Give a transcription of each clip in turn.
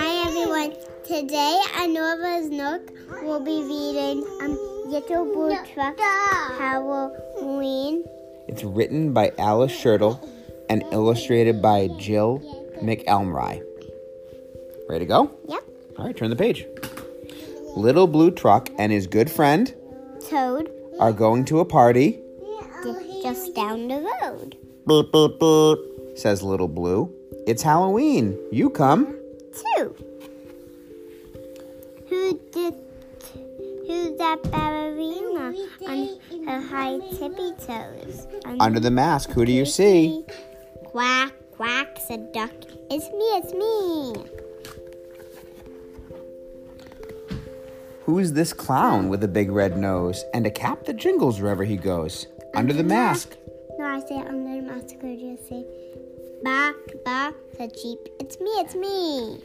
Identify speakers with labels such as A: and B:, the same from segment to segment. A: And today Anova Snook will be reading um, Little Blue Truck Halloween.
B: It's written by Alice Shirtle and illustrated by Jill McElmry. Ready to go?
A: Yep.
B: All right, turn the page. Little Blue Truck and his good friend
A: Toad
B: are going to a party,
A: j- just down the road.
B: Boop, boop, boop, says Little Blue. It's Halloween. You come.
A: Two. Who did? Who's that ballerina on her high tippy toes? On
B: Under the mask, who do you see?
A: Quack, quack, said Duck. It's me, it's me.
B: Who's this clown with a big red nose and a cap that jingles wherever he goes? Under the mask.
A: No, I say under the mask, or do you say bark, bark, said Sheep. It's me, it's me.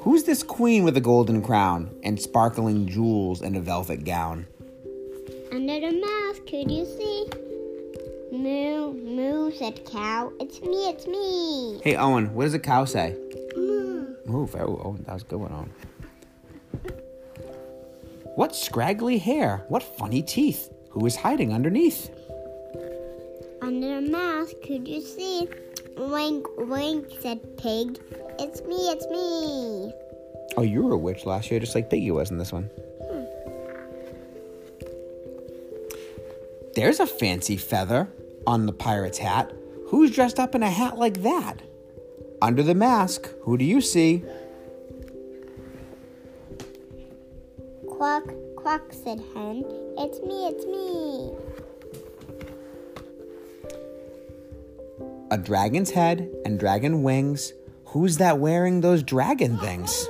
B: Who's this queen with a golden crown and sparkling jewels and a velvet gown?
A: Under the mask, who do you see? Moo, moo, said Cow. It's me, it's me.
B: Hey, Owen, what does a cow say?
A: Moo.
B: Move. Oh, Owen, that was a good one, Owen. What scraggly hair? What funny teeth? Who is hiding underneath?
A: Under the mask, who do you see? Wink, wink, said Pig. It's me, it's me.
B: Oh, you were a witch last year, just like Piggy was in this one. There's a fancy feather on the pirate's hat. Who's dressed up in a hat like that? Under the mask, who do you see?
A: Quack, quack, said Hen. It's me, it's me.
B: A dragon's head and dragon wings. Who's that wearing those dragon things?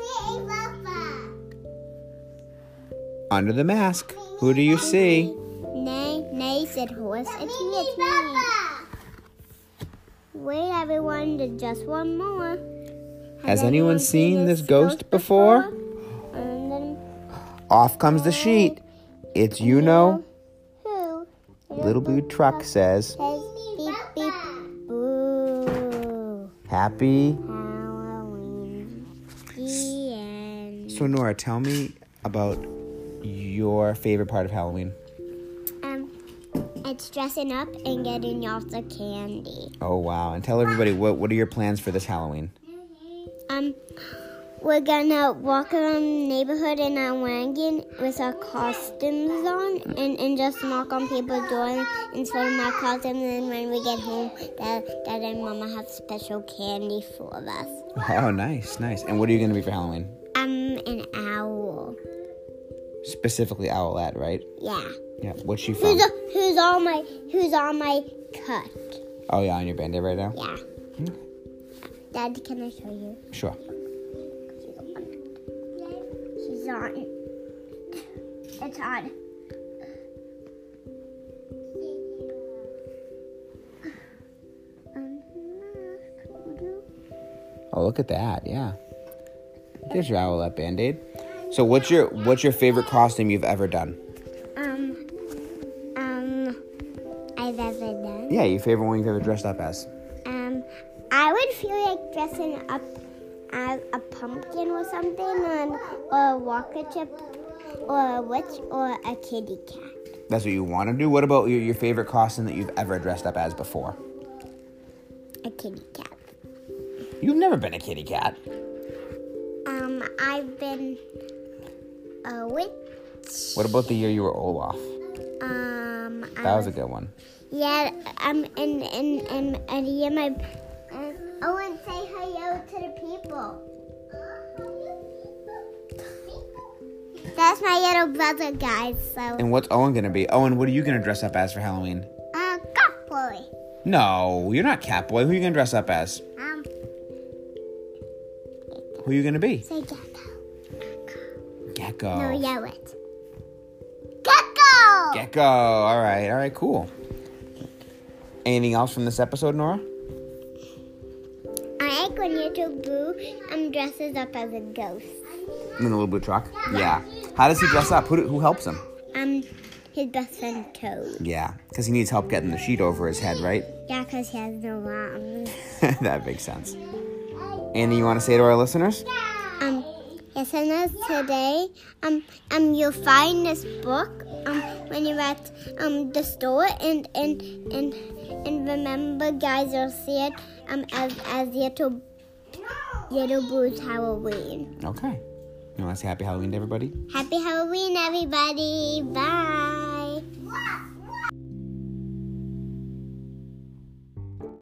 B: Under the mask, who do you see?
A: Nay, nay, said Horse. It's me, it's me. Wait, everyone, there's just one more.
B: Has anyone seen this ghost before?
A: And then
B: Off comes the sheet. It's you know.
A: who?
B: Little Blue Truck says,
A: says beep beep boo.
B: Happy.
A: Halloween. The end.
B: So, Nora, tell me about your favorite part of Halloween.
A: Um, it's dressing up and getting lots of candy.
B: Oh, wow. And tell everybody what, what are your plans for this Halloween?
A: Um, we're gonna walk around the neighborhood in our wagon with our costumes on and, and just knock on people's doors and show them our costumes. And when we get home, Dad, Dad and Mama have special candy for us.
B: Oh, nice, nice. And what are you going to be for Halloween?
A: Um, an owl.
B: Specifically, Owlette, right?
A: Yeah.
B: Yeah. What's she from?
A: Who's who's on my who's on my cut?
B: Oh, yeah, on your band aid right now?
A: Yeah. Dad, can I show you?
B: Sure.
A: She's on. She's on. It's on.
B: Oh, look at that. Yeah. There's your Owlette band aid. So, what's your what's your favorite costume you've ever done?
A: Um, um, I've ever done.
B: Yeah, your favorite one you've ever dressed up as.
A: Um, I would feel like dressing up as a pumpkin or something, and, or a walker chip, or a witch, or a kitty cat.
B: That's what you want to do. What about your, your favorite costume that you've ever dressed up as before?
A: A kitty cat.
B: You've never been a kitty cat.
A: Um, I've been uh, a witch.
B: What about the year you were Olaf?
A: Um,
B: That
A: I
B: was a good one.
A: yeah. Um, and and and and yeah, my. Uh, oh, and say hello to the people. That's my little brother, guys. So,
B: And what's Owen gonna be? Owen, what are you gonna dress up as for Halloween?
A: uh, got boy.
B: No, you're not Catboy. Who are you gonna dress up as?
A: Um,
B: Who are you gonna be?
A: say gecko.
B: Gecko.
A: No, yell it. Gecko.
B: Gecko. All right. All right. Cool. Anything else from this episode, Nora?
A: I like when YouTube Boo um dresses up as a ghost.
B: In the little blue truck. Yeah. How does he dress up? Who, do- who helps him?
A: Um, his best friend Toad.
B: Yeah, because he needs help getting the sheet over his head, right?
A: Yeah, because he has no arms.
B: that makes sense. Anything you want to say to our listeners?
A: Um, yes, and as today, um, um, you'll find this book um when you're at um the store, and and and and remember, guys, you'll see it um as as little little blue's Halloween.
B: Okay. You want to say happy Halloween to everybody?
A: Happy Halloween, everybody! Bye.